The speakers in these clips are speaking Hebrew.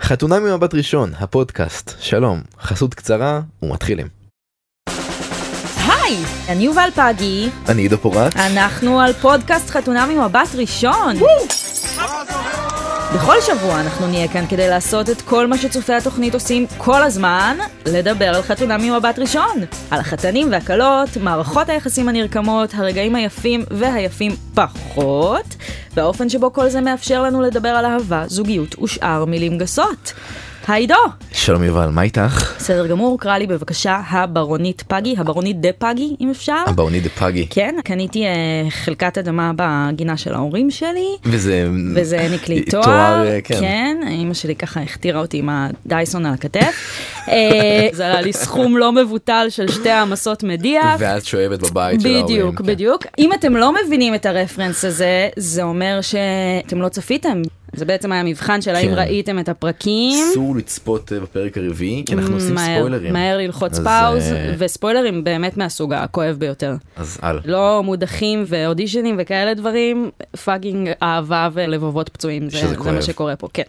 חתונה ממבט ראשון, הפודקאסט, שלום, חסות קצרה ומתחילים. היי, אני יובל פגי, אני עידו פורט, אנחנו על פודקאסט חתונה ממבט ראשון. בכל שבוע אנחנו נהיה כאן כדי לעשות את כל מה שצופי התוכנית עושים כל הזמן, לדבר על חתונה ממבט ראשון. על החתנים והכלות, מערכות היחסים הנרקמות, הרגעים היפים והיפים פחות, והאופן שבו כל זה מאפשר לנו לדבר על אהבה, זוגיות ושאר מילים גסות. היי דו! שלום יובל, מה איתך? בסדר גמור, קרא לי בבקשה הברונית פגי, הברונית דה פגי אם אפשר. הבאוני דה פאגי. אה. כן, קניתי אה, חלקת אדמה בגינה של ההורים שלי, וזה... וזה העניק לי תואר. תואר, אה, כן. כן, אימא שלי ככה הכתירה אותי עם הדייסון על הכתף. אה, זה עלה לי סכום לא מבוטל של שתי העמסות מדיח. ואת שואבת בבית של ההורים. בדיוק, כן. בדיוק. אם אתם לא מבינים את הרפרנס הזה, זה אומר שאתם לא צפיתם. זה בעצם היה מבחן של האם כן. ראיתם את הפרקים. אסור לצפות אה, בפרק הרביעי, כי אנחנו עושים מהר- ספוילרים. מהר ללחוץ אז, פאוז, אה, וספוילרים באמת מהסוג הכואב ביותר. אז על. לא מודחים ואודישנים וכאלה דברים, פאגינג אהבה ולבבות פצועים, שזה זה, זה כואב. מה שקורה פה, כן.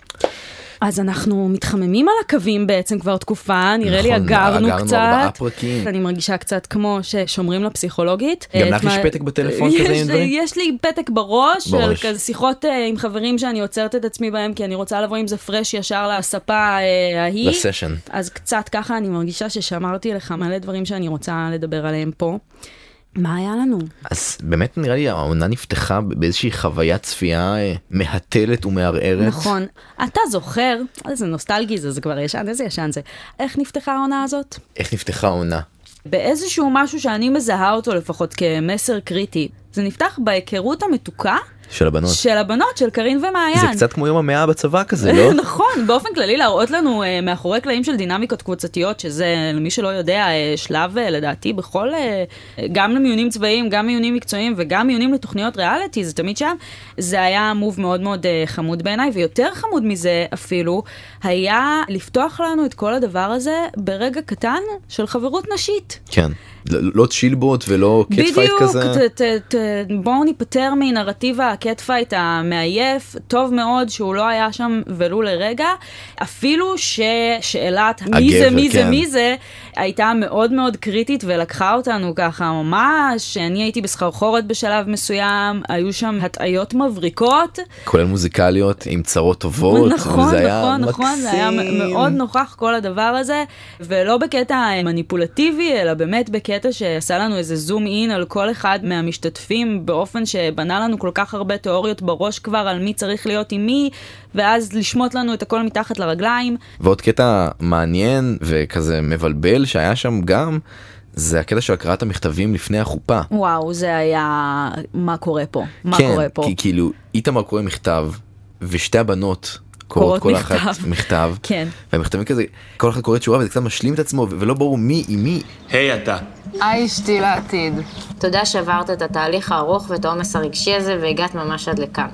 אז אנחנו מתחממים על הקווים בעצם כבר תקופה, נראה לי נכון, אגרנו אגרנו קצת. ארבעה פרקים. אני מרגישה קצת כמו ששומרים לפסיכולוגית. גם את לך יש מה- פתק בטלפון יש- כזה עם דברים? יש לי פתק בראש, של בראש. כזה שיחות אה, עם חברים שאני עוצרת את עצמי בהם, כי אני רוצה לבוא עם זה פרש ישר לספה אה, ההיא. לסשן. אז קצת ככה אני מרגישה ששמרתי לך מלא דברים שאני רוצה לדבר עליהם פה. מה היה לנו? אז באמת נראה לי העונה נפתחה באיזושהי חוויית צפייה אה, מהתלת ומערערת. נכון. אתה זוכר, איזה נוסטלגי זה, זה כבר ישן, איזה ישן זה. איך נפתחה העונה הזאת? איך נפתחה העונה? באיזשהו משהו שאני מזהה אותו לפחות כמסר קריטי. זה נפתח בהיכרות המתוקה של הבנות. של הבנות, של קארין נכון. זה ומעיין. קצת כמו יום המאה בצבא כזה, לא? נכון, באופן כללי להראות לנו אה, מאחורי קלעים של דינמיקות קבוצתיות, שזה, למי שלא יודע, אה, שלב אה, לדעתי בכל, אה, אה, גם למיונים צבאיים, גם מיונים מקצועיים וגם מיונים לתוכניות ריאליטי, זה תמיד שם. זה היה מוב מאוד מאוד אה, חמוד בעיניי, ויותר חמוד מזה אפילו, היה לפתוח לנו את כל הדבר הזה ברגע קטן של חברות נשית. כן. לא לא צ'ילבוט ולא קט פייט בדיוק, כזה. ת, ת, ת, בואו ניפטר מנרטיב הקט פייט המעייף, טוב מאוד שהוא לא היה שם ולו לרגע, אפילו ששאלת מי הגבר, זה, מי זה, כן. מי זה, הייתה מאוד מאוד קריטית ולקחה אותנו ככה ממש, אני הייתי בסחרחורת בשלב מסוים, היו שם הטעיות מבריקות, כולל מוזיקליות עם צרות טובות. נכון, וזה היה נכון, נכון, זה היה מקסים. מאוד נוכח כל הדבר הזה, ולא בקטע מניפולטיבי, אלא באמת בקטע שעשה לנו איזה זום אין על כל אחד מהמשתתפים, באופן שבנה לנו כל כך הרבה תיאוריות בראש כבר על מי צריך להיות עם מי, ואז לשמוט לנו את הכל מתחת לרגליים. ועוד קטע מעניין וכזה מבלבל שהיה שם גם, זה הקטע של הקראת המכתבים לפני החופה. וואו, זה היה... מה קורה פה? מה כן, קורה פה? כי כאילו איתמר קורא מכתב ושתי הבנות קוראות קוראות כל מכתב. אחת מכתב. כן. והמכתבים כזה, כל אחת קוראת שורה וזה קצת משלים את עצמו ו- ולא ברור מי עם מי. היי אתה. היי אשתי לעתיד. תודה שעברת את התהליך הארוך ואת העומס הרגשי הזה והגעת ממש עד לכאן.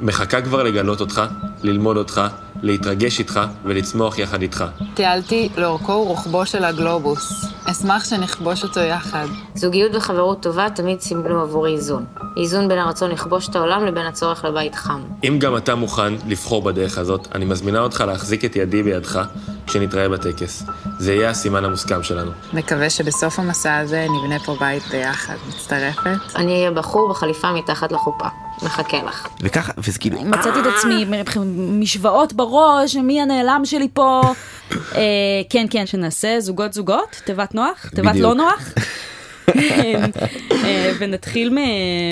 מחכה כבר לגלות אותך, ללמוד אותך, להתרגש איתך ולצמוח יחד איתך. טיילתי לאורכו ורוחבו של הגלובוס. אשמח שנכבוש אותו יחד. זוגיות וחברות טובה תמיד סימלו עבורי איזון. איזון בין הרצון לכבוש את העולם לבין הצורך לבית חם. אם גם אתה מוכן לבחור בדרך הזאת, אני מזמינה אותך להחזיק את ידי בידך כשנתראה בטקס. זה יהיה הסימן המוסכם שלנו. נקווה שבסוף המסע הזה נבנה פה בית ביחד. מצטרפת? אני אהיה בחור בחליפה מתחת לחופה. מחכה לך. וככה, וזה כאילו, מצאתי את עצמי עם משוואות בראש, מי הנעלם שלי פה. אה, כן, כן, שנעשה זוגות זוגות, תיבת נוח, תיבת בדיוק. לא נוח. אה, ונתחיל מ...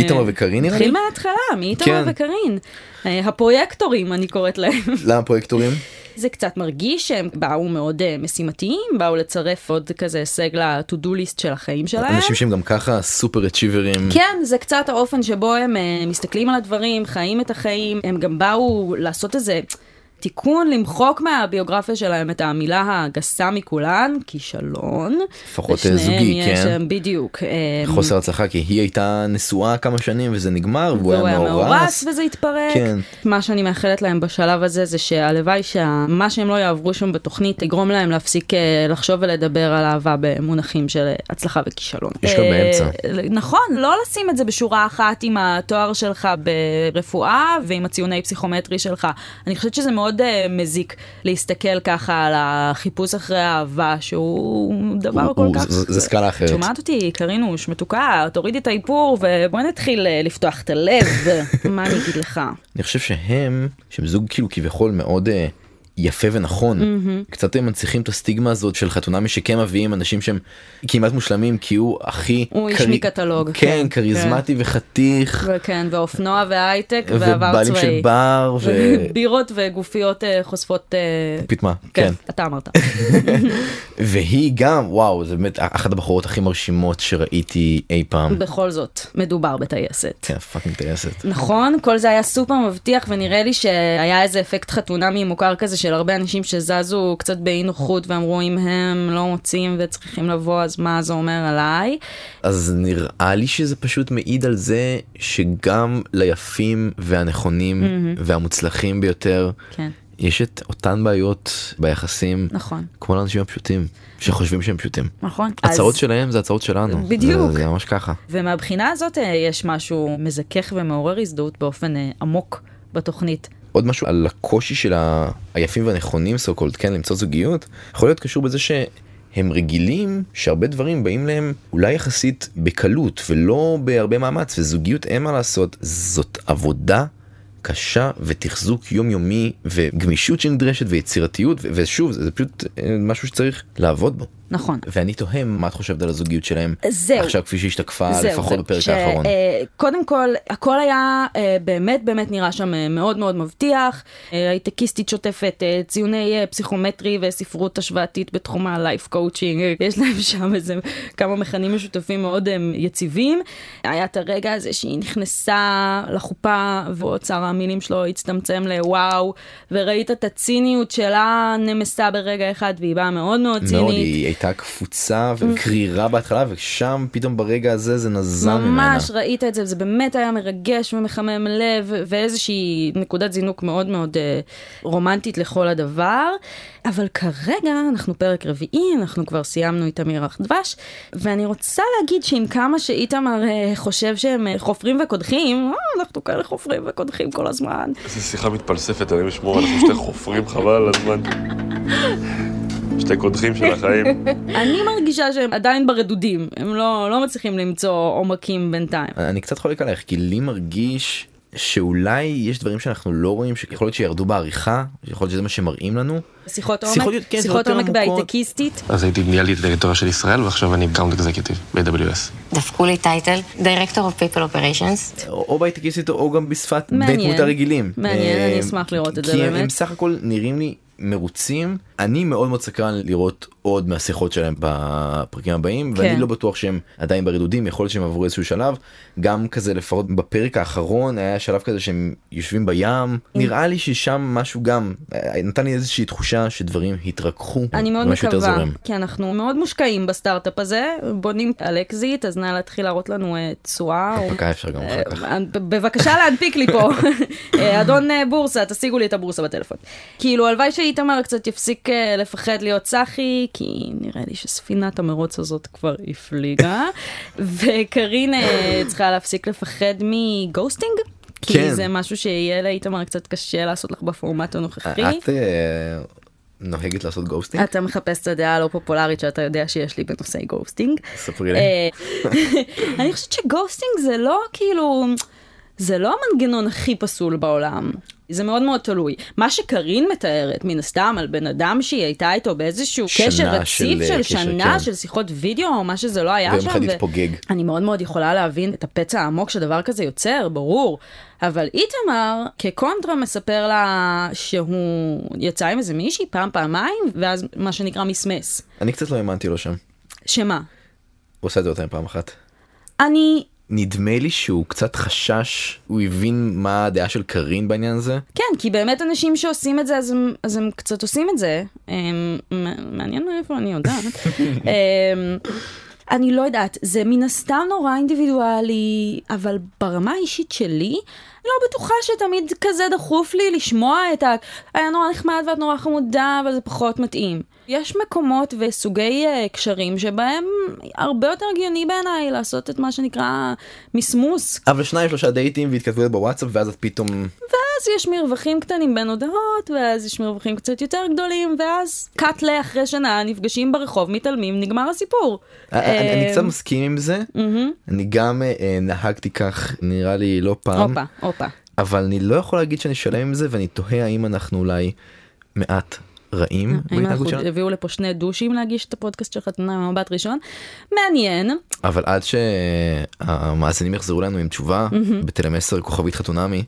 איתמר וקארין נראה לי? נתחיל מההתחלה, מאיתמר כן. וקארין. אה, הפרויקטורים, אני קוראת להם. למה פרויקטורים? זה קצת מרגיש שהם באו מאוד אה, משימתיים, באו לצרף עוד כזה הישג ל-to-do list של החיים שלהם. אנשים שהם גם ככה סופר אצ'יברים. כן, זה קצת האופן שבו הם אה, מסתכלים על הדברים, חיים את החיים, הם גם באו לעשות איזה תיקון, למחוק מהביוגרפיה שלהם את המילה הגסה מכולן, כישלון. לפחות, אה, לשניהם זוגי, יש, כן. אה, בדיוק. אה, חוסר הצלחה כי היא הייתה נשואה כמה שנים וזה נגמר והוא היה מאורס. וזה התפרק. כן. מה שאני מאחלת להם בשלב הזה זה שהלוואי שמה שהם לא יעברו שם בתוכנית יגרום להם להפסיק אה, לחשוב ולדבר על אהבה במונחים של אה, הצלחה וכישלון. יש גם אה, באמצע. נכון, לא לשים את זה בשורה אחת עם התואר שלך ברפואה ועם הציוני פסיכומטרי שלך. אני חושבת שזה מאוד מאוד אה, מזיק להסתכל ככה על החיפוש אחרי האהבה, שהוא דבר הוא- כל הוא- כך... זה- זה סקאלה אחרת. את שומעת אותי, קרינוש, מתוקה, תורידי את האיפור ובואי נתחיל אה, לפתוח את הלב, מה אני אגיד לך? אני חושב שהם, שהם זוג כאילו כביכול מאוד אה, יפה ונכון, קצת הם מנציחים את הסטיגמה הזאת של חתונה משכם מביאים אנשים שהם כמעט מושלמים כי הוא הכי... הוא איש כרי- מקטלוג, כן, כן, כריזמטי וחתיך, וכן, והאופנוע וההייטק והעבר ובעלים של צבאי. בר, ו... בירות וגופיות אה, חושפות... אה, פיטמה, כן, כן. אתה אמרת. והיא גם, וואו, זה באמת אחת הבחורות הכי מרשימות שראיתי אי פעם. בכל זאת, מדובר בטייסת. כן, פאקינג טייסת. נכון, כל זה היה סופר מבטיח, ונראה לי שהיה איזה אפקט חתונמי מוכר כזה של הרבה אנשים שזזו קצת באי נוחות ואמרו אם הם לא מוצאים וצריכים לבוא, אז מה זה אומר עליי? אז נראה לי שזה פשוט מעיד על זה שגם ליפים והנכונים והמוצלחים ביותר כן. יש את אותן בעיות ביחסים נכון. כמו לאנשים הפשוטים שחושבים שהם פשוטים. נכון. הצרות אז- שלהם זה הצרות שלנו. בדיוק. זה, זה ממש ככה. ומהבחינה הזאת אה, יש משהו מזכך ומעורר הזדהות באופן אה, עמוק בתוכנית. עוד משהו על הקושי של ה- היפים והנכונים סו קולד כן למצוא זוגיות יכול להיות קשור בזה שהם רגילים שהרבה דברים באים להם אולי יחסית בקלות ולא בהרבה מאמץ וזוגיות אין מה לעשות זאת עבודה. קשה ותחזוק יומיומי וגמישות שנדרשת ויצירתיות ו- ושוב זה זה פשוט אה, משהו שצריך לעבוד בו נכון. ואני תוהה מה את חושבת על הזוגיות שלהם זהו. עכשיו כפי שהשתקפה לפחות בפרק ש- האחרון. אה, קודם כל, הכל היה אה, באמת באמת נראה שם אה, מאוד מאוד מבטיח. אה, הייטקיסטית שוטפת אה, ציוני אה, פסיכומטרי וספרות השוואתית בתחום הלייף קואוצ'ינג. אה, יש להם שם איזה כמה מכנים משותפים מאוד אה, יציבים. היה את הרגע הזה שהיא נכנסה לחופה ואוצר המילים שלו הצטמצם לוואו, וראית את הציניות שלה נמסה ברגע אחד והיא באה מאוד מאוד צינית. מאוד, היא הייתה קפוצה וקרירה בהתחלה ושם פתאום ברגע הזה זה נזל ממנה. ממש ראית את זה, זה באמת היה מרגש ומחמם לב, ואיזושהי נקודת זינוק מאוד מאוד אה, רומנטית לכל הדבר. אבל כרגע אנחנו פרק רביעי, אנחנו כבר סיימנו את המרח דבש, ואני רוצה להגיד שעם כמה שאיתמר אה, חושב שהם אה, חופרים וקודחים, אה, אנחנו כאלה חופרים וקודחים כל הזמן. איזה שיחה מתפלספת, אני ושמור, אנחנו שתי חופרים חבל על הזמן. שתי קודחים של החיים. אני מרגישה שהם עדיין ברדודים, הם לא, לא מצליחים למצוא עומקים בינתיים. אני קצת חולק עלייך כי לי מרגיש שאולי יש דברים שאנחנו לא רואים שיכול להיות שירדו בעריכה יכול להיות שזה מה שמראים לנו. שיחות עומק, שיחות- כן, שיחות שיחות עומק יותר עמוקות. בהייטקיסטית, אז הייתי ניהלתי את הדירקטוריה של ישראל, ועכשיו אני קאונט אקזקיוטיב ב-AWS. דפקו לי טייטל, Director of People Operations, או או בהייטקיסטית או גם בשפת בני מעניין. תמות הרגילים. מעניין, אה, אני אשמח לראות את זה כי הם- באמת. הם סך הכל נראים לי מרוצים. אני מאוד מאוד סקרן לראות עוד מהשיחות שלהם בפרקים הבאים, ואני כן. לא בטוח שהם עדיין ברדודים, יכול להיות שהם עברו איזשהו שלב. גם כזה לפחות בפרק האחרון היה שלב כזה שהם יושבים בים. כן. נראה לי ששם משהו גם אה, נתן לי איזושהי תחושה שדברים התרככו. אני מאוד ומשהו כן, יותר מקווה, זורם. כי אנחנו מאוד מושקעים בסטארט-אפ הזה, בונים על אקזיט, אז נא להתחיל להראות לנו אה, תשואה. או- פקע אפשר גם אחר כך. אה, ב- בבקשה להנפיק לי פה, אה, אדון אה, בורסה, תשיגו לי את הבורסה בטלפון. כאילו, הלוואי שאיתמר קצת יפסיק אה, לפחד להיות צחי, כי נראה לי שספינת המרוץ הזאת כבר הפליגה, וקרין אה, צריכה להפסיק לפחד מגוסטינג. כי כן. זה משהו שיהיה לאיתמר קצת קשה לעשות לך בפורמט הנוכחי. את אה, נוהגת לעשות גוסטינג? אתה מחפש אוקיי. את הדעה הלא פופולרית שאתה יודע שיש לי בנושאי גוסטינג. ספרי להם. אה, אני חושבת שגוסטינג זה לא כאילו, זה לא המנגנון הכי פסול בעולם. זה מאוד מאוד תלוי. מה שקרין מתארת, מן הסתם, על בן אדם שהיא הייתה איתו באיזשהו שנה קשר של, רציף אה, של קשר, שנה, כן. של שיחות וידאו, או מה שזה לא היה ויום שם. אחד ו- התפוגג. אני מאוד מאוד יכולה להבין את הפצע העמוק שדבר כזה יוצר, ברור. אבל איתמר, כקונטרה, מספר לה שהוא יצא עם איזה מישהי פעם, פעמיים, ואז מה שנקרא מסמס. אני קצת לא האמנתי לו שם. שמה? הוא עשה את זה יותר פעם אחת. אני נדמה לי שהוא קצת חשש, הוא הבין מה הדעה של קארין בעניין הזה. כן, כי באמת אנשים שעושים את זה, אז הם, אז הם קצת עושים את זה. הם, מעניין מאיפה אני יודעת. הם, אני לא יודעת, זה מן הסתם נורא אינדיבידואלי, אבל ברמה האישית שלי, לא בטוחה שתמיד כזה דחוף לי לשמוע את ה... היה נורא נחמד ואת נורא חמודה, אבל זה פחות מתאים. יש מקומות וסוגי אה, קשרים שבהם הרבה יותר הגיוני בעיניי לעשות את מה שנקרא מסמוס, אבל שניים שלושה דייטים והתכתבויות בוואטסאפ ואז את פתאום ואז אז יש מרווחים קטנים בין הודעות, ואז יש מרווחים קצת יותר גדולים, ואז קאט לה אחרי שנה, נפגשים ברחוב, מתעלמים, נגמר הסיפור. אני אני אה, קצת מסכים עם זה, מהמם. אני גם אה, נהגתי כך נראה לי לא פעם, הופה, הופה. אבל אני לא יכול להגיד שאני שלם עם זה ואני תוהה האם אנחנו אולי מעט רעים אה, האם בהתנהגות אנחנו שלנו, הביאו לפה שני דושים להגיש את הפודקאסט של חתונה במבט ראשון? מעניין. אבל עד שהמאזינים יחזרו לנו עם תשובה בטלמסר כוכבית חתונמי,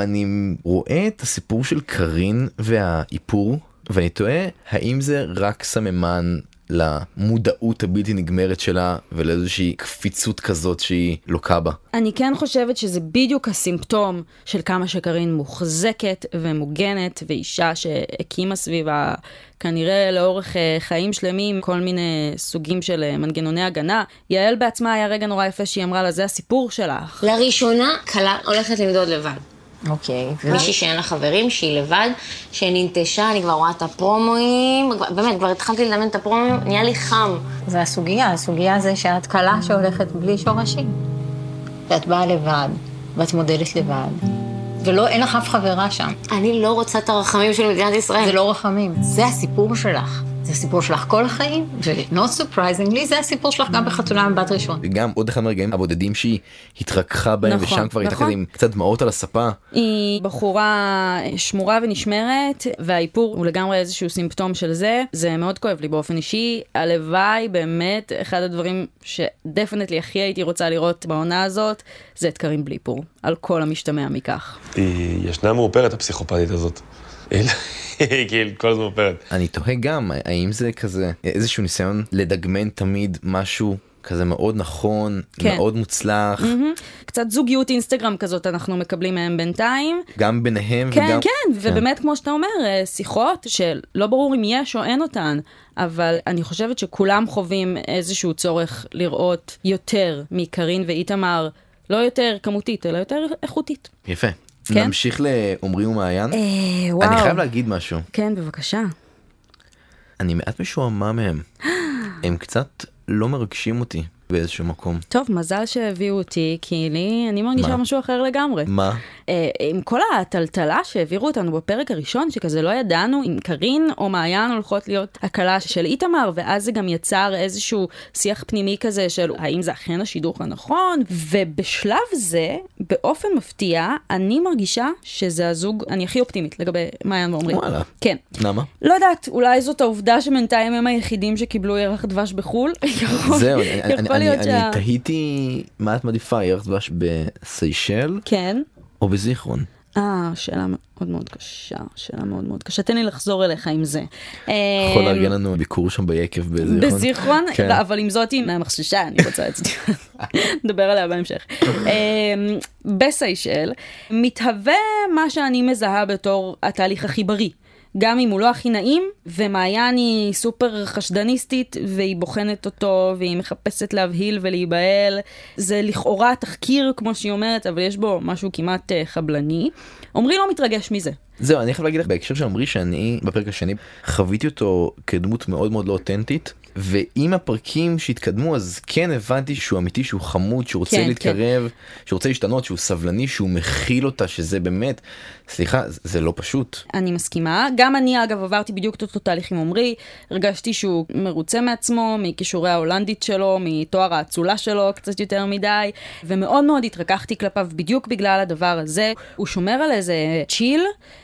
אני רואה את הסיפור של קארין והאיפור ואני תוהה האם זה רק סממן. למודעות הבלתי נגמרת שלה ולאיזושהי קפיצות כזאת שהיא לוקה בה. אני כן חושבת שזה בדיוק הסימפטום של כמה שקרין מוחזקת ומוגנת, ואישה שהקימה סביבה כנראה לאורך אה, חיים שלמים כל מיני סוגים של אה, מנגנוני הגנה. יעל בעצמה היה רגע נורא יפה שהיא אמרה לה, זה הסיפור שלך. לראשונה, כלה הולכת למדוד לבד. אוקיי. מישהי שאין לה חברים, שהיא לבד, שננטשה, אני כבר רואה את הפרומואים, כבר- באמת, כבר התחלתי ללמד את הפרומואים, נהיה לי חם. זה הסוגיה, הסוגיה זה שאת קלה שהולכת בלי שורשים. ואת באה לבד, ואת מודדת לבד, ולא, אין לך אף חברה שם. אני לא רוצה את הרחמים של מדינת ישראל. זה לא רחמים, זה הסיפור שלך. זה הסיפור שלך כל החיים, ו-not surprisingly, זה הסיפור שלך גם בחתונה עם בת ראשון. גם עוד אחד מהרגעים הבודדים שהיא התרככה בהם נכון, ושם כבר הייתה נכון. כזה עם קצת דמעות על הספה. היא בחורה אה, שמורה ונשמרת, והאיפור הוא לגמרי איזשהו סימפטום של זה. זה מאוד כואב לי באופן אישי. הלוואי, באמת, אחד הדברים שדפנטלי הכי הייתי רוצה לראות בעונה הזאת, זה את קרים בלי איפור, על כל המשתמע מכך. היא ישנה מאופרת, הפסיכופתית הזאת. היא- היא כאילו כל הזמן מאופרת. אני תוהה גם האם זה כזה איזשהו ניסיון לדגמן תמיד משהו כזה מאוד נכון, כן. מאוד מוצלח, קצת זוגיות אינסטגרם כזאת אנחנו מקבלים מהם בינתיים. גם ביניהם כן, וגם... כן, ובאמת, כמו שאתה אומר, אה, שיחות שלא ברור אם יש או אין אותן, אבל אני חושבת שכולם חווים איזשהו צורך לראות יותר מקרין ואיתמר, לא יותר כמותית, אלא יותר איכותית. יפה. כן. נמשיך לעומרי ומעיין. אה, וואו. אני חייב להגיד משהו, כן, בבקשה. אני מעט משועמם מהם. הם קצת לא מרגשים אותי באיזשהו מקום. טוב, מזל שהביאו אותי, כי לי, אני מרגישה מה? משהו אחר לגמרי. מה? אה, עם כל הטלטלה שהעבירו אותנו בפרק הראשון, שכזה לא ידענו אם קרין או מעיין הולכות להיות הקלה של איתמר, ואז זה גם יצר איזשהו שיח פנימי כזה של האם זה אכן השידוך הנכון, ובשלב זה, באופן מפתיע, אני מרגישה שזה הזוג, אני הכי אופטימית לגבי מעיין ועומרי. וואלה. כן. למה? לא יודעת, אולי זאת העובדה שבינתיים הם היחידים שקיבלו ירח דבש בחו"ל. יכול- זהו, אני- אני- יכול אני להיות שה- אני תהיתי מה את מעדיפה, ירח דבש בסיישל כן. או בזיכרון? אה, שאלה מאוד מאוד קשה, שאלה מאוד מאוד קשה. תן לי לחזור אליך עם זה. יכול לארגן לנו ביקור שם ביקב בזיכרון. בזיכרון, כן. לא, אבל עם זאת היא מהמחששה, אני רוצה את זה. נדבר עליה בהמשך. אמ, בסיישל מתהווה מה שאני מזהה בתור התהליך הכי בריא. גם אם הוא לא הכי נעים, ומעיין היא סופר חשדניסטית, והיא בוחנת אותו, והיא מחפשת להבהיל ולהיבהל. זה לכאורה תחקיר, כמו שהיא אומרת, אבל יש בו משהו כמעט אה, חבלני. עמרי לא מתרגש מזה. זהו, אני חייב להגיד לך בהקשר של עמרי שאני בפרק השני חוויתי אותו כדמות מאוד מאוד לא אותנטית. ועם הפרקים שהתקדמו אז כן הבנתי שהוא אמיתי שהוא חמוד שהוא רוצה כן, כן, להתקרב כן. שהוא רוצה להשתנות שהוא סבלני שהוא מכיל אותה שזה באמת סליחה זה לא פשוט אני מסכימה. גם אני, אגב, עברתי בדיוק את אותו תהליך עם עמרי. הרגשתי שהוא מרוצה מעצמו, מכישורי ההולנדית שלו, מתואר האצולה שלו קצת יותר מדי, ומאוד מאוד התרככתי כלפיו בדיוק בגלל הדבר הזה. הוא שומר על איזה צ'יל.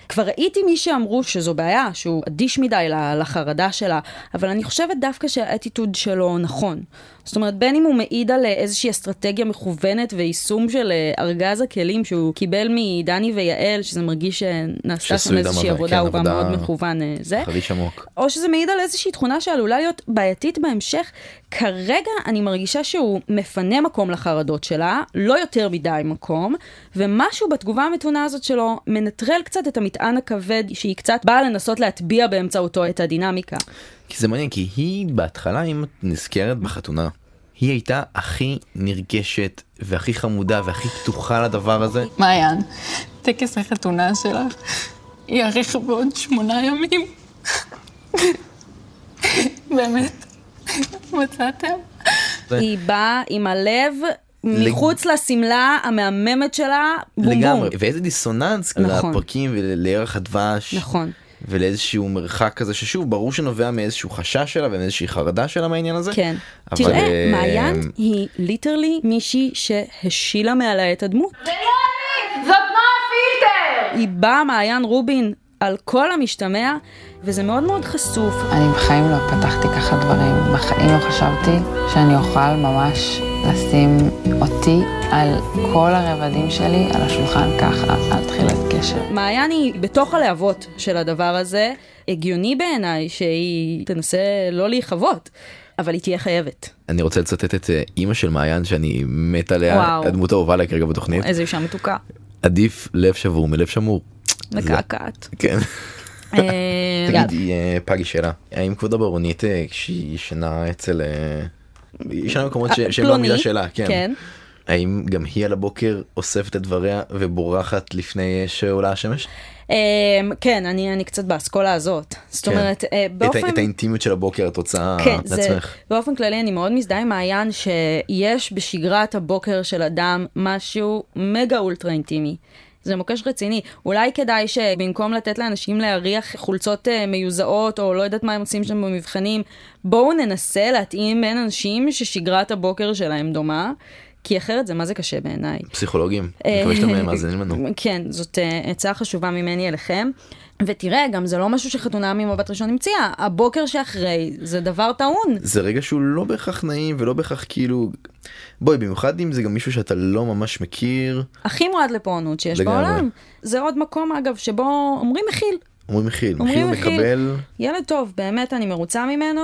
כבר ראיתי מי שאמרו שזו בעיה, שהוא אדיש מדי ל- לחרדה שלה, אבל אני חושבת דווקא שהאטיטוד שלו נכון. זאת אומרת, בין אם הוא מעיד על איזושהי אסטרטגיה מכוונת ויישום של אה, ארגז הכלים שהוא קיבל מדני ויעל, שזה מרגיש אה, שנעשה... עשתה שם שעשוי איזושהי אדם, אבל כן, עבודה, הוא גם עבודה- מאוד מכוון אה, זה. חריש עמוק. או שזה מעיד על איזושהי תכונה שעלולה להיות בעייתית בהמשך. כרגע אני מרגישה שהוא מפנה מקום לחרדות שלה, לא יותר מדי מקום, ומשהו בתגובה המתונה הזאת שלו מנטרל קצת את המטען הכבד שהיא קצת באה לנסות להטביע באמצעותו את הדינמיקה. כי זה מעניין כי היא בהתחלה אם את נזכרת בחתונה היא הייתה הכי נרגשת והכי חמודה והכי פתוחה לדבר הזה מעיין, טקס החתונה שלך יארך בעוד שמונה ימים. באמת? מצאתם? זה- היא באה עם הלב מחוץ לשמלה המהממת שלה, בום בום. לגמרי, ואיזה דיסוננס נכון. לפרקים ולערך הדבש. נכון. ולאיזשהו מרחק כזה ששוב ברור שנובע מאיזשהו חשש שלה ומאיזושהי חרדה שלה מהעניין הזה. כן. אבל, תראה, אה, מעיין היא ליטרלי מישהי שהשילה מעליה את הדמות. זה לא אני! זאת נועה פילטר! היא באה מעיין רובין על כל המשתמע, וזה מאוד מאוד חשוף. אני בחיים לא פתחתי ככה דברים, בחיים לא חשבתי שאני אוכל ממש לשים אותי על כל הרבדים שלי על השולחן ככה, על תחילת קשר. מעיין היא בתוך הלהבות של הדבר הזה. הגיוני בעיניי שהיא תנסה לא להיכבות, אבל היא תהיה חייבת. אני רוצה לצטט את אה, אימא של מעיין שאני מת עליה, וואו. אה. הדמות האהובה עליי כרגע בתוכנית, איזו אישה מתוקה, עדיף לב שבור מלב שמור. מקעקעת. כן. אה, תגידי אה, פגי שאלה, האם כבוד הברונית אה, כשהיא ישנה אצל... אה, היא ישנה במקומות ש- שהם לא אה, פלוני, המילה שלה, כן. כן. האם גם היא על הבוקר אוספת את דבריה ובורחת לפני אה, שעולה השמש? אמ, כן, אני אני קצת באסכולה הזאת. זאת כן. אומרת, אה, את ה- באופן... את האינטימיות של הבוקר את רוצה כן, זה, לעצמך. באופן כללי אני מאוד מזדהה עם מעיין שיש בשגרת הבוקר של אדם משהו מגה אולטרה אינטימי. זה מוקש רציני. אולי כדאי שבמקום לתת לאנשים להריח חולצות אה, מיוזעות, או לא יודעת מה הם עושים שם במבחנים, בואו ננסה להתאים בין אנשים ששגרת הבוקר שלהם דומה, כי אחרת זה מה זה קשה בעיניי. אה, פסיכולוגים, אני מקווה שאתם אה, מאזינים לנו. כן, זאת אה, עצה חשובה ממני אליכם. ותראה, גם זה לא משהו שחתונה ממבט ראשון המציאה. הבוקר שאחרי זה דבר טעון. זה רגע שהוא לא בהכרח נעים ולא בהכרח כאילו בואי במיוחד אם זה גם מישהו שאתה לא ממש מכיר הכי מועד לפורענות שיש לגמרי. בעולם. זה עוד מקום, אגב, שבו אומרים מכיל. אומרים מכיל מכיל אומרים מכיל. מקבל ילד טוב, באמת אני מרוצה ממנו.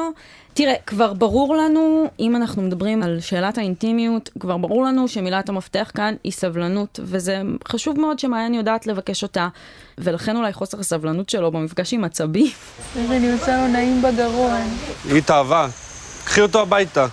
תראה, כבר ברור לנו, אם אנחנו מדברים על שאלת האינטימיות, כבר ברור לנו שמילת המפתח כאן היא סבלנות, וזה חשוב מאוד שמעיין יודעת לבקש אותה, ולכן אולי חוסר הסבלנות שלו במפגש עם עצבים היא התאהבה. קחי אותו הביתה.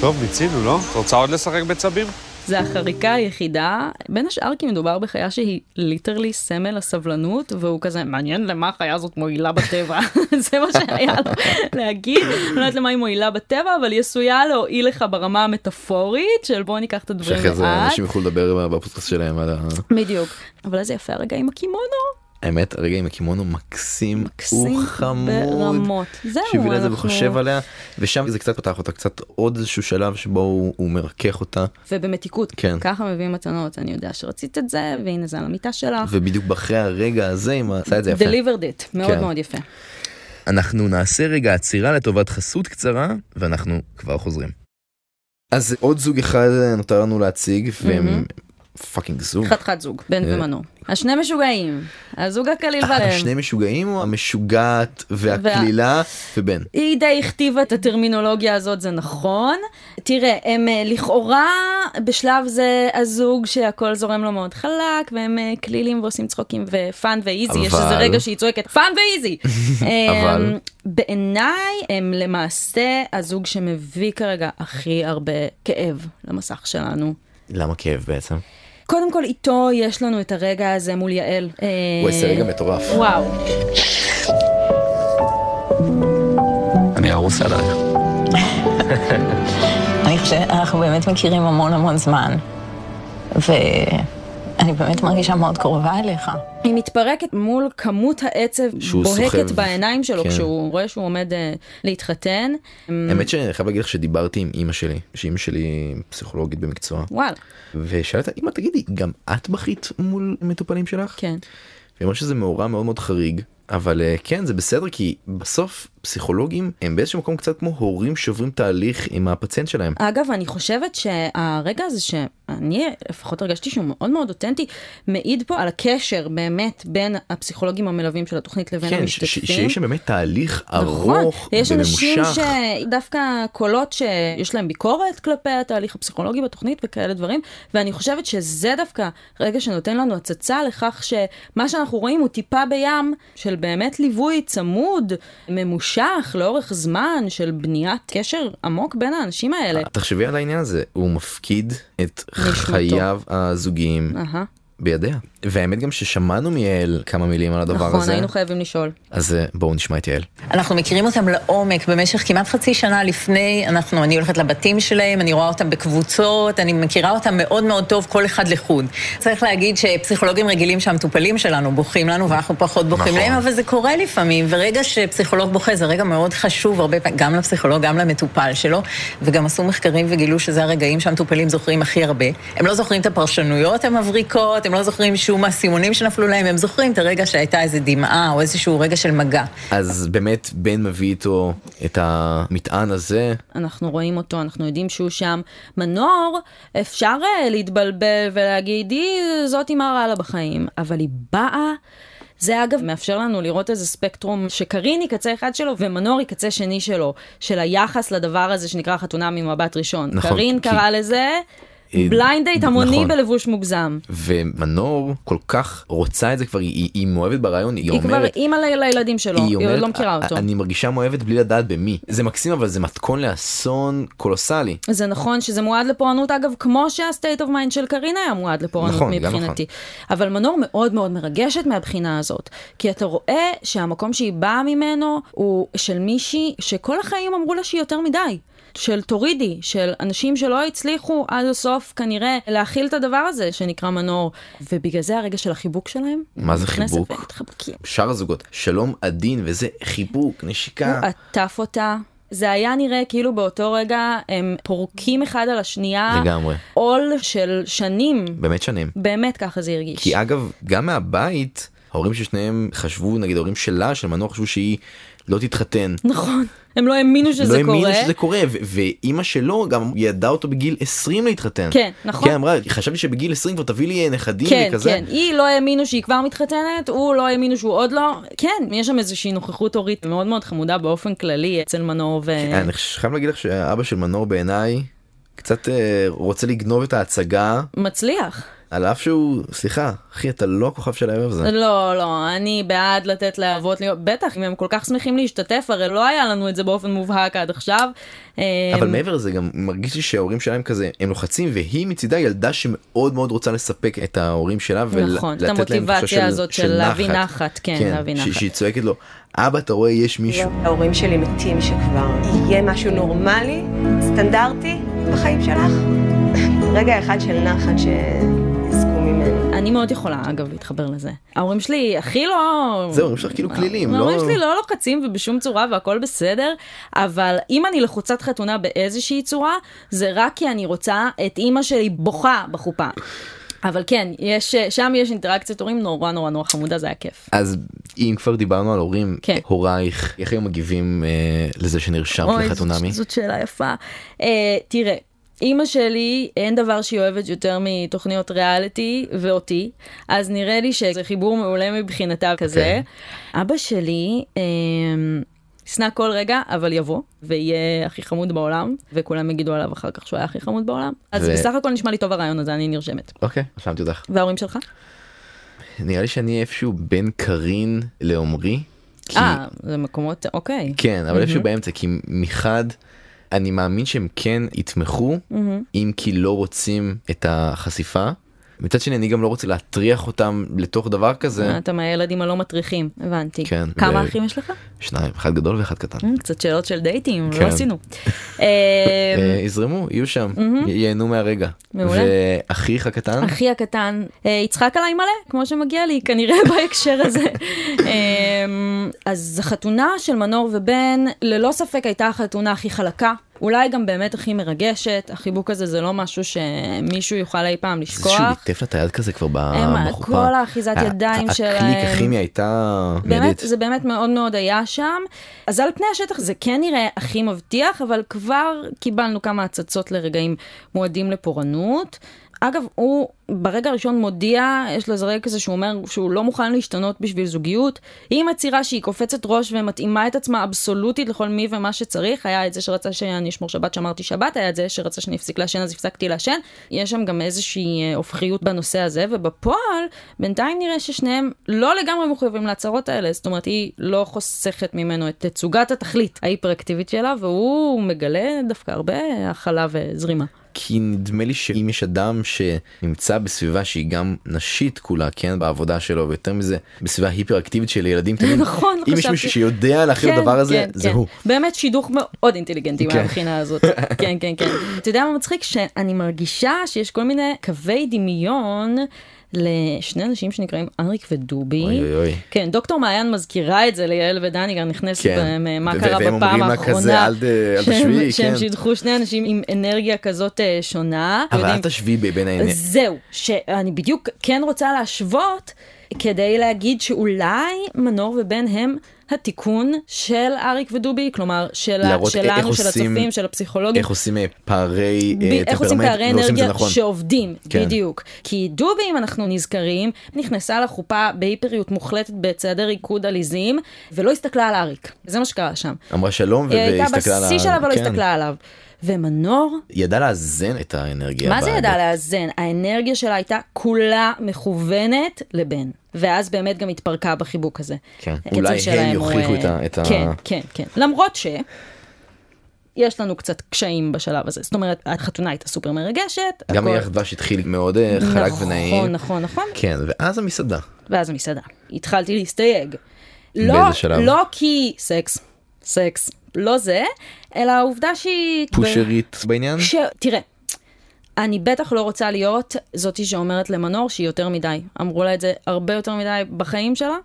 טוב, מיצינו, לא? את רוצה עוד לשחק בצבים? זה החריקה היחידה, בין השאר כי מדובר בחיה שהיא ליטרלי סמל הסבלנות, והוא כזה, מעניין למה החיה הזאת מועילה בטבע. זה מה שהיה לו להגיד, אני לא יודעת למה היא מועילה בטבע, אבל היא עשויה להועיל לך ברמה המטאפורית של בוא ניקח את הדברים שאחרי זה לאט. אנשים יוכלו לדבר בפודקאסט שלהם על ה... בדיוק. אבל איזה יפה הרגע עם הקימונו, האמת הרגע עם הקימונו מקסים מקסים הוא חמוד. ברמות. זהו, שהביא לה את זה אנחנו- וחושב עליה ושם זה קצת פתח אותה קצת עוד איזשהו שלב שבו הוא הוא מרכך אותה ובמתיקות, כן. ככה מביאים מתנות, אני יודע שרצית את זה, והנה זה על המיטה שלך. ובדיוק אחרי הרגע הזה אם עשה את זה יפה. Delivered it, מאוד כן. מאוד יפה. אנחנו נעשה רגע עצירה לטובת חסות קצרה, ואנחנו כבר חוזרים. אז עוד זוג אחד נותר לנו להציג, והם פאקינג זוג. חתיכת זוג, בן אה. ומנור. השני משוגעים, הזוג הקליל והלם. השני משוגעים או המשוגעת והקלילה ובן? היא די הכתיבה את הטרמינולוגיה הזאת, זה נכון. תראה, הם אה, לכאורה בשלב זה הזוג שהכל זורם לו מאוד חלק, והם אה, קלילים ועושים צחוקים ופאן ואיזי, יש אבל- איזה רגע שהיא צועקת פאן ואיזי. אבל- אמ, בעיניי הם למעשה הזוג שמביא כרגע הכי הרבה כאב למסך שלנו. למה כאב בעצם? קודם כל איתו יש לנו את הרגע הזה מול יעל. אה, וואי, זה רגע מטורף. וואו. אני ארוס עלייך. אני חושבת, אנחנו באמת מכירים המון המון זמן, ואני באמת מרגישה מאוד קרובה אליך. היא מתפרקת מול כמות העצב שהוא בוהקת סוחב. בעיניים שלו כן. כשהוא רואה שהוא עומד אה, להתחתן. האמת שאני חייב להגיד לך שדיברתי עם אימא שלי, שאימא שלי פסיכולוגית במקצועה, וואלה, ושאלת אימא תגידי, גם את בכית מול מטופלים שלך? כן. אני אומר שזה מאורע מאוד מאוד חריג אבל אה, כן זה בסדר כי בסוף פסיכולוגים הם באיזשהו מקום קצת כמו הורים שעוברים תהליך עם הפציינט שלהם. אגב, אני חושבת שהרגע הזה שאני לפחות הרגשתי שהוא מאוד מאוד אותנטי, מעיד פה על הקשר באמת בין הפסיכולוגים המלווים של התוכנית לבין כן, ש- ש- המשתתפים. שיש שם באמת תהליך נכון. ארוך יש אנשים וממושך. שדווקא קולות שיש להם ביקורת כלפי התהליך הפסיכולוגי בתוכנית וכאלה דברים, ואני חושבת שזה דווקא רגע שנותן לנו הצצה לכך שמה שאנחנו רואים הוא טיפה בים של באמת ליווי צמוד, ממושך לאורך זמן של בניית קשר עמוק בין האנשים האלה. תחשבי על העניין הזה הוא מפקיד את נשמתו. אה. חייו הזוגיים אהה. בידיה. והאמת גם ששמענו מיעל כמה מילים על הדבר הזה. נכון, היינו חייבים לשאול. אז אה, בואו נשמע את יעל. אנחנו מכירים אותם לעומק במשך כמעט חצי שנה לפני, אנחנו, אני הולכת לבתים שלהם, אני רואה אותם בקבוצות, אני מכירה אותם מאוד מאוד טוב, כל אחד לחוד. צריך להגיד שפסיכולוגים רגילים שהמטופלים שלנו בוכים לנו ואנחנו פחות בוכים נכון. להם, אבל זה קורה לפעמים, ורגע שפסיכולוג בוכה זה רגע מאוד חשוב, הרבה פעמים, גם לפסיכולוג, גם למטופל שלו, וגם עשו מחקרים וגילו שזה הרגעים שהמטופלים זוכרים הכי הרבה. הם לא זוכרים את הפרשנויות המבריקות, הם לא זוכרים שום מהסימונים שנפלו להם, הם זוכרים את הרגע שהייתה איזה דמעה או איזשהו רגע של מגע. אז באמת בן מביא איתו את המטען הזה. אנחנו רואים אותו, אנחנו יודעים שהוא שם. מנור, אפשר אה, להתבלבל ולהגיד, היא זאת עם הרע לה בחיים, אבל היא באה... זה אגב מאפשר לנו לראות איזה ספקטרום שקרין היא קצה אחד שלו ומנור היא קצה שני שלו, של היחס לדבר הזה שנקרא חתונה ממבט ראשון. נכון, קרין כי- קראה לזה אה, בליינד דייט המוני נכון. בלבוש מוגזם. ומנור כל כך רוצה את זה כבר, היא, היא מאוהבת ברעיון, היא, היא כבר אומרת... אימא ל- לילדים שלו, היא עוד לא מכירה אותו. אני מרגישה מאוהבת בלי לדעת במי. זה מקסים, אבל זה מתכון לאסון קולוסלי. זה נכון שזה מועד לפורענות, אגב, כמו שה-state of mind של קרינה היה מועד לפורענות נכון, גם מבחינתי. אבל מנור מאוד מאוד מרגשת מהבחינה הזאת, כי אתה רואה שהמקום שהיא באה ממנו הוא של מישהי שכל החיים אמרו לה שהיא יותר מדי. של תורידי, של אנשים שלא הצליחו עד הסוף כנראה להכיל את הדבר הזה שנקרא מנור, ובגלל זה הרגע של החיבוק שלהם. מה זה נכנסת חיבוק? והתחבקי. שאר הזוגות, שלום עדין וזה חיבוק, נשיקה. הוא עטף אותה. זה היה נראה כאילו באותו רגע הם פורקים אחד על השנייה. לגמרי. עול של שנים. באמת שנים. באמת ככה זה הרגיש. כי אגב, גם מהבית, ההורים של שניהם חשבו, נגיד ההורים שלה, של מנור, חשבו שהיא לא תתחתן. נכון. הם לא האמינו שזה לא קורה. האמינו שזה קורה, ו- ואימא שלו גם ידעה אותו בגיל 20 להתחתן. כן, נכון. כן, אמרה, חשבתי שבגיל 20 כבר תביא לי אה, נכדים כן, וכזה. כן, היא לא האמינו שהיא כבר מתחתנת, הוא לא האמינו שהוא עוד לא, כן, יש שם איזושהי נוכחות הורית מאוד מאוד חמודה באופן כללי אצל מנור ו... אני חייב להגיד לך שאבא של מנור בעיניי קצת אה, רוצה לגנוב את ההצגה, מצליח. על אף שהוא, סליחה, אחי, אתה לא הכוכב של הערב הזה. לא, לא, אני בעד לתת לאבות להיות, בטח, אם הם כל כך שמחים להשתתף, הרי לא היה לנו את זה באופן מובהק עד עכשיו. אבל אמ, מעבר לזה גם מרגיש לי שההורים שלהם כזה הם לוחצים והיא מצידה ילדה שמאוד מאוד רוצה לספק את ההורים שלה ולתת נכון, את להם תחושה המוטיבציה של- הזאת של להביא נחת, כן, להביא ש- נחת. לא. שהיא צועקת לו אבא אתה רואה יש מישהו לא, ההורים שלי מתים שכבר יהיה משהו נורמלי, סטנדרטי, בחיים שלך. רגע אחד של נחת שיזכו ממנו. אני מאוד יכולה, אגב, להתחבר לזה. ההורים שלי הכי לא... זהו, ההורים שלך כאילו כלילים, לא- ההורים שלי לא לוחצים ובשום צורה והכל בסדר, אבל אם אני לחוצת חתונה באיזושהי צורה, זה רק כי אני רוצה את אימא שלי בוכה בחופה. אבל כן, יש, שם יש אינטראקציית הורים נורא נורא נורא חמודה, זה היה כיף. אז אם כבר דיברנו על הורים כן. הורייך איך הם מגיבים אה, לזה שנרשמת אוי, לחתונמי אוקיי, זאת- זאת שאלה יפה. אה, תראה, אימא שלי, אין דבר שהיא אוהבת יותר מתוכניות ריאליטי ואותי, אז נראה לי שזה חיבור מעולה מבחינתה אוקיי. כזה. אבא שלי, אה, ישנא כל רגע, אבל יבוא, ויהיה הכי חמוד בעולם, וכולם יגידו עליו אחר כך שהוא היה הכי חמוד בעולם. אז ו- בסך הכל נשמע לי טוב הרעיון הזה, אני נרשמת. אוקיי רשמתי אותך וההורים שלך? נראה לי שאני איפשהו בין קארין לעומרי. כי- אה, זה מקומות, אוקיי. כן אבל איפשהו מהמם. באמצע כי מחד אני מאמין שהם כן יתמכו מהמם. אם כי לא רוצים את החשיפה. מצד שני אני גם לא רוצה להטריח אותם לתוך דבר כזה. אה, אתה מהילדים הלא מטריחים, הבנתי. כן, כמה ו- אחים יש לך? שניים, אחד גדול ואחד קטן. אה, קצת שאלות של דייטים, כן. לא עשינו. אה, אה, יזרמו, יהיו שם, מהמם. י- ייהנו מהרגע. מעולה. ואחיך הקטן, אחי הקטן אה, יצחק עליי מלא, כמו שמגיע לי, כנראה בהקשר הזה. אמ, אז החתונה של מנור ובן, ללא ספק הייתה החתונה הכי חלקה. אולי גם באמת הכי מרגשת, החיבוק הזה זה לא משהו שמישהו יוכל אי פעם זה שהוא לשכוח. ליטף לה את היד כזה כבר ב- הם, בחופה. אמ, כל האחיזת ה- ידיים הקליק שלהם. הכימיה הייתה באמת, מיידית. זה באמת מאוד מאוד היה שם. אז על פני השטח זה כן נראה הכי מבטיח, אבל כבר קיבלנו כמה הצצות לרגעים מועדים לפורענות. אגב, הוא ברגע הראשון מודיע, יש לו איזה רגע כזה שהוא אומר שהוא לא מוכן להשתנות בשביל זוגיות. היא מצהירה שהיא קופצת ראש ומתאימה את עצמה אבסולוטית לכל מי ומה שצריך. היה את זה שרצה שאני אשמור שבת, שמרתי שבת, היה את זה שרצה שאני אפסיק לעשן, אז הפסקתי לעשן. יש שם גם איזושהי אה, הופכיות בנושא הזה, ובפועל, בינתיים נראה ששניהם לא לגמרי מחויבים להצהרות האלה. זאת אומרת, היא לא חוסכת ממנו את תצוגת התכלית ההיפראקטיבית שלה, והוא מגלה דווקא הרבה הכלה וזרימה. כי נדמה לי שאם יש אדם שנמצא בסביבה שהיא גם נשית כולה, כן, בעבודה שלו, ויותר מזה, בסביבה היפראקטיבית של ילדים קטנים, נכון, אם יש חשבתי. מישהו שיודע להכיל את כן, הדבר הזה, כן, זה כן. הוא. באמת שידוך מאוד אינטליגנטי כן. מהבחינה הזאת. כן, כן, כן. אתה יודע מה מצחיק? שאני מרגישה שיש כל מיני קווי דמיון. לשני אנשים שנקראים אריק ודובי. אוי, אוי, אוי. כן, דוקטור מעיין מזכירה את זה ליעל ודני, גם נכנסת כן. בהם אה, מה ו- קרה והם בפעם אומרים לה האחרונה. כזה, "אל ת- אל שהם- תשווי", שהם כן. שידכו שני אנשים עם אנרגיה כזאת אה, שונה. אבל יודעים- אל תשווי ב- בין העניינים. זהו, שאני בדיוק כן רוצה להשוות כדי להגיד שאולי מנור ובן הם התיקון של אריק ודובי, כלומר של ה- להראות איך שלנו, של עושים- הצופים, של הפסיכולוגים. איך עושים אה, פערי אוקיי. ב- אה, איך עושים טמפרמנט, פערי ועושים את זה אנרגיה נכון. שעובדים, כן. בדיוק. כי דובי, אם אנחנו נזכרים, נכנסה לחופה בהיפריות מוחלטת בצעדי ריקוד עליזים, ולא הסתכלה על אריק. זה מה שקרה שם. אמרה שלום ו- היא הייתה והסתכלה על ה- בשיא שלה ולא כן. הסתכלה עליו. ומנור היא ידעה לאזן את האנרגיה. מה זה ב- ידע לאזן? האנרגיה שלה הייתה כולה מכוונת לבן. ואז באמת גם התפרקה בחיבוק הזה. כן. הקצב אולי שלהם הם הוא, יוכיחו אה, את ה- את ה... כן, כן, כן. למרות ש... יש לנו קצת קשיים בשלב הזה. זאת אומרת, החתונה הייתה סופר מרגשת. גם הכל- ירח דבש התחיל מאוד אה, חלק ונעים. נכון, נכון, נכון. כן, ואז המסעדה. ואז המסעדה. התחלתי להסתייג. באיזה לא, שלב? לא כי סקס, סקס, לא זה, אלא העובדה שהיא... פושרית בעניין? ש... תראה, אני בטח לא רוצה להיות זאתי שאומרת למנור שהיא יותר מדי. אמרו לה את זה הרבה יותר מדי בחיים שלה,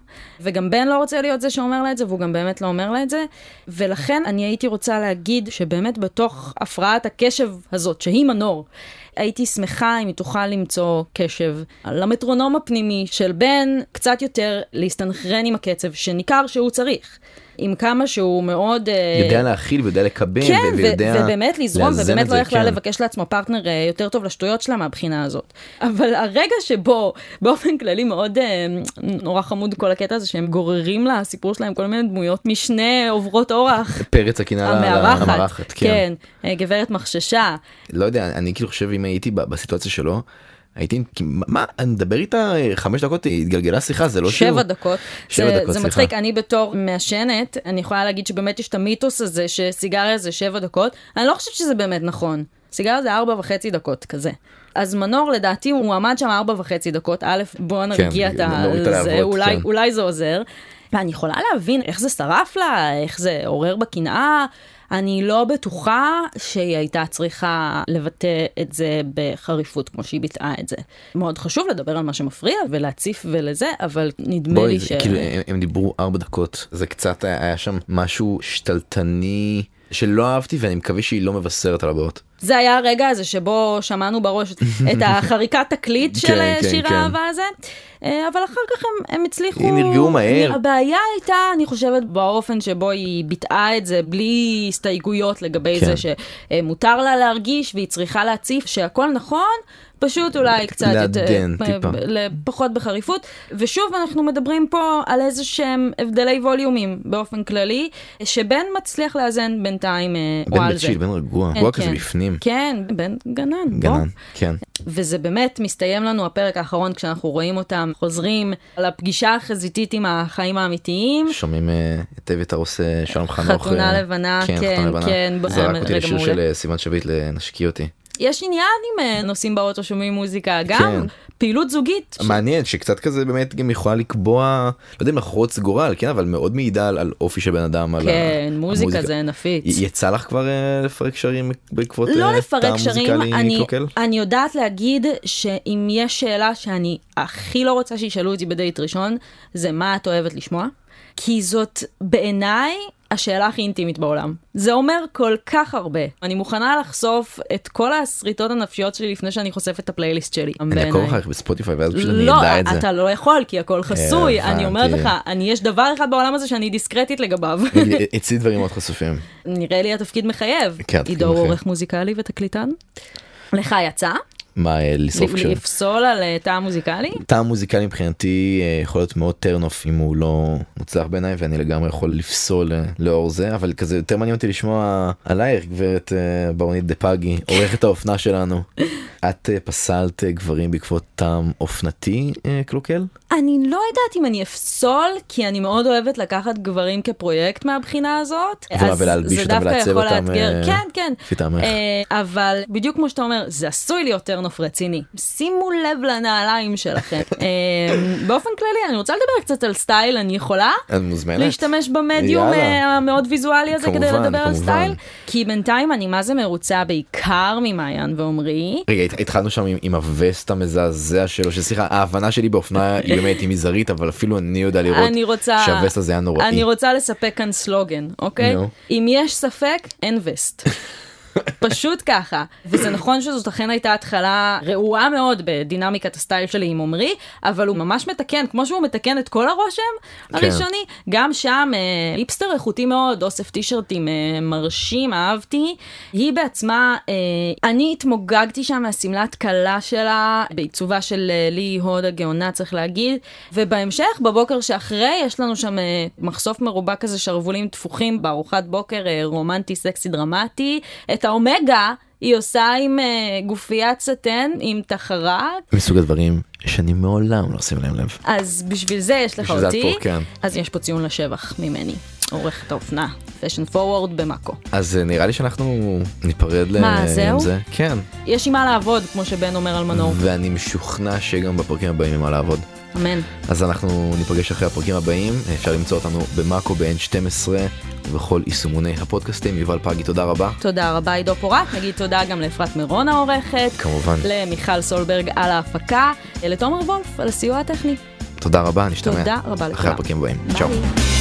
וגם בן לא רוצה להיות זה שאומר לה את זה, והוא גם באמת לא אומר לה את זה. ולכן אני הייתי רוצה להגיד שבאמת בתוך הפרעת הקשב הזאת, שהיא מנור, הייתי שמחה אם היא תוכל למצוא קשב למטרונום הפנימי של בן, קצת יותר להסתנכרן עם הקצב, שניכר שהוא צריך. עם כמה שהוא מאוד... אה, יודע להכיל ויודע לקבל כן, ו- ו- ויודע ובאמת לזרום, לאזן ובאמת את לא זה, יכלה כן. לבקש לעצמו פרטנר אה, יותר טוב לשטויות שלה מהבחינה הזאת. אבל הרגע שבו, באופן כללי מאוד אה, נורא חמוד כל הקטע הזה, שהם גוררים לסיפור שלהם כל מיני דמויות משנה עוברות אורח. פרץ הקינה ל- המארחת, אה, כן. כן, אה, גברת מחששה, לא יודע, אני כאילו חושב אם הייתי ב- בסיטואציה שלו, הייתי, כי מה- מה, אני מדבר איתה אה, חמש דקות, אה, התגלגלה שיחה, זה לא שבע דקות. שבע זה- דקות, זה סליחה. מצחיק, אני בתור מעשנת, אני יכולה להגיד שבאמת יש את המיתוס הזה שסיגריה זה שבע דקות, אני לא חושבת שזה באמת נכון. סיגריה זה ארבע וחצי דקות כזה. אז מנור לדעתי הוא עמד שם ארבע וחצי דקות, א', בוא נרגיע כן, את ה... נוריד את זה, הלהבות, אולי- כן. אולי זה עוזר. ואני יכולה להבין איך זה שרף לה, איך זה עורר בקנאה. אני לא בטוחה שהיא הייתה צריכה לבטא את זה בחריפות כמו שהיא ביטאה את זה. מאוד חשוב לדבר על מה שמפריע ולהציף ולזה, אבל נדמה בואי, לי זה- ש... כאילו הם, הם דיברו ארבע דקות, זה קצת אה, היה היה שם משהו שתלטני שלא אהבתי ואני מקווה שהיא לא מבשרת על הבאות. זה היה הרגע הזה שבו שמענו בראש את החריקת תקליט של כן, אה, כן, שיר כן. האהבה הזה, אה, אבל אחר כך הם, הם הצליחו... הם נרגעו מהר. הבעיה הייתה, אני חושבת, באופן שבו היא ביטאה את זה בלי הסתייגויות לגבי כן. זה שמותר לה להרגיש והיא צריכה להציף שהכל נכון. פשוט אולי קצת יותר- לעדן אה, טיפה. ב- ל- פחות בחריפות ושוב אנחנו מדברים פה על איזה שהם הבדלי ווליומים באופן כללי שבן מצליח לאזן בינתיים אה, הוא בן על בצ'יל, זה. בן רגוע, כן, רגוע כזה כן. בפנים. כן, בן גנן, בוא. גנן, כן. וזה באמת מסתיים לנו הפרק האחרון כשאנחנו רואים אותם חוזרים לפגישה החזיתית עם החיים האמיתיים. שומעים אה, את אביתר עושה שלום חנוך. חתונה אה, לבנה, כן, כן, חתונה לבנה. כן, ב- זרק אה, אותי רגע לשיר מעולה. של אה, סימן שביט לנשקי אותי. יש עניין אם אה, נוסעים באוטו שומעים מוזיקה, גם כן. פעילות זוגית. מעניין שקצת כזה באמת גם יכולה לקבוע לא יודע אם לחרוץ גורל כן אבל מאוד מעידה על, על אופי של בן אדם על כן, ה- מוזיקה המוזיקה. זה נפיץ. י- יצא לך כבר אה, לפרק שרים בעקבות לא אה, טעם לפרק שרים, מוזיקלי אני, קלוקל? אני יודעת להגיד שאם יש שאלה שאני הכי לא רוצה שישאלו אותי בדייט ראשון, זה מה את אוהבת לשמוע? כי זאת בעיניי השאלה הכי אינטימית בעולם. זה אומר כל כך הרבה. אני מוכנה לחשוף את כל השריטות הנפשיות שלי לפני שאני חושפת את הפלייליסט שלי. אני אעקוב בעיניי. אחריך בספוטיפיי ואז פשוט אני לא, אדע את זה. אה, אתה לא יכול כי הכל חסוי, אני אומרת הבנתי. לך, אני יש דבר אחד בעולם הזה שאני דיסקרטית לגביו. תגידי, אצלי דברים מאוד חשופים. נראה לי התפקיד מחייב. כן, התפקיד עידו הוא מחייב. עורך מוזיקלי ותקליטן. לך יצא? מה אה, לשרוף קשרים. לפסול על אה, טעם מוזיקלי? טעם מוזיקלי מבחינתי אה, יכול להיות מאוד טרנוף אם הוא לא מוצלח בעיניי ואני לגמרי יכול לפסול אה, לאור זה אבל כזה יותר מעניין אותי לשמוע עלייך גברת אה, ברונית דה פגי עורכת האופנה שלנו את אה, פסלת אה, גברים בעקבות טעם אופנתי, אה, קלוקל? אני לא יודעת אם אני אפסול, כי אני מאוד אוהבת לקחת גברים כפרויקט מהבחינה הזאת. ו- אז ולהלביש זה אותם דווקא ולעצב יכול אותם, לאתגר. אה, כן, כן. לפי טעמך. אה, אבל בדיוק כמו שאתה אומר, זה עשוי להיות טרנוף רציני. שימו לב לנעליים שלכם. אה, באופן כללי, אני רוצה לדבר קצת על סטייל, אני יכולה? את מוזמנת. להשתמש במדיום יאללה. אה, המאוד ויזואלי הזה כדי כמובן, לדבר על כמובן. סטייל. כי בינתיים אני מה זה מרוצה בעיקר ממעיין ועומרי. רגע, הת- התחלנו שם עם, עם הווסט המזעזע שלו, שסליחה, ההבנה שלי באופנה היא באמת היא מזערית, אבל אפילו אני יודע לראות אני רוצה... שהווסט הזה היה נוראי. אני רוצה לספק כאן סלוגן, אוקיי? נו. אם יש ספק, אין וסט. פשוט ככה. וזה נכון שזאת אכן הייתה התחלה רעועה מאוד בדינמיקת הסטייל שלי עם עמרי, אבל הוא ממש מתקן, כמו שהוא מתקן את כל הרושם כן. הראשוני, גם שם אה, היפסטר איכותי מאוד, אוסף טישרטים אה, מרשים, אהבתי. היא בעצמה, אה, אני התמוגגתי שם מהשמלת כלה שלה, בעיצובה של אה, לי הוד הגאונה, צריך להגיד. ובהמשך, בבוקר שאחרי, יש לנו שם אה, מחשוף מרובע כזה, שרוולים תפוחים בארוחת בוקר, אה, רומנטי, סקסי, דרמטי. את האומגה היא עושה עם אה, גופיית סטן, עם תחרת. מסוג הדברים שאני מעולם לא עושים להם לב. אז בשביל זה יש לך בשביל זה את אותי. פה, כן. אז יש פה ציון לשבח ממני, עורכת האופנה, פשן פורוורד במאקו. אז אה, נראה לי שאנחנו ניפרד ל- מה, עם זהו? זה. כן. יש עם מה לעבוד, כמו שבן אומר על מנור. ואני משוכנע שגם בפרקים הבאים עם מה לעבוד. אמן. אז אנחנו ניפגש אחרי הפרקים הבאים, אה, אפשר למצוא אותנו במאקו ב-N12 ובכל יישומוני הפודקאסטים. יובל פגי, תודה רבה. תודה רבה עידו פורט, נגיד תודה גם לאפרת מירון העורכת. כמובן. למיכל סולברג על ההפקה, לתומר וולף על הסיוע הטכני. תודה רבה, נשתמע. תודה רבה לכולם. אחרי הפרקים הבאים. צ'או. ביי.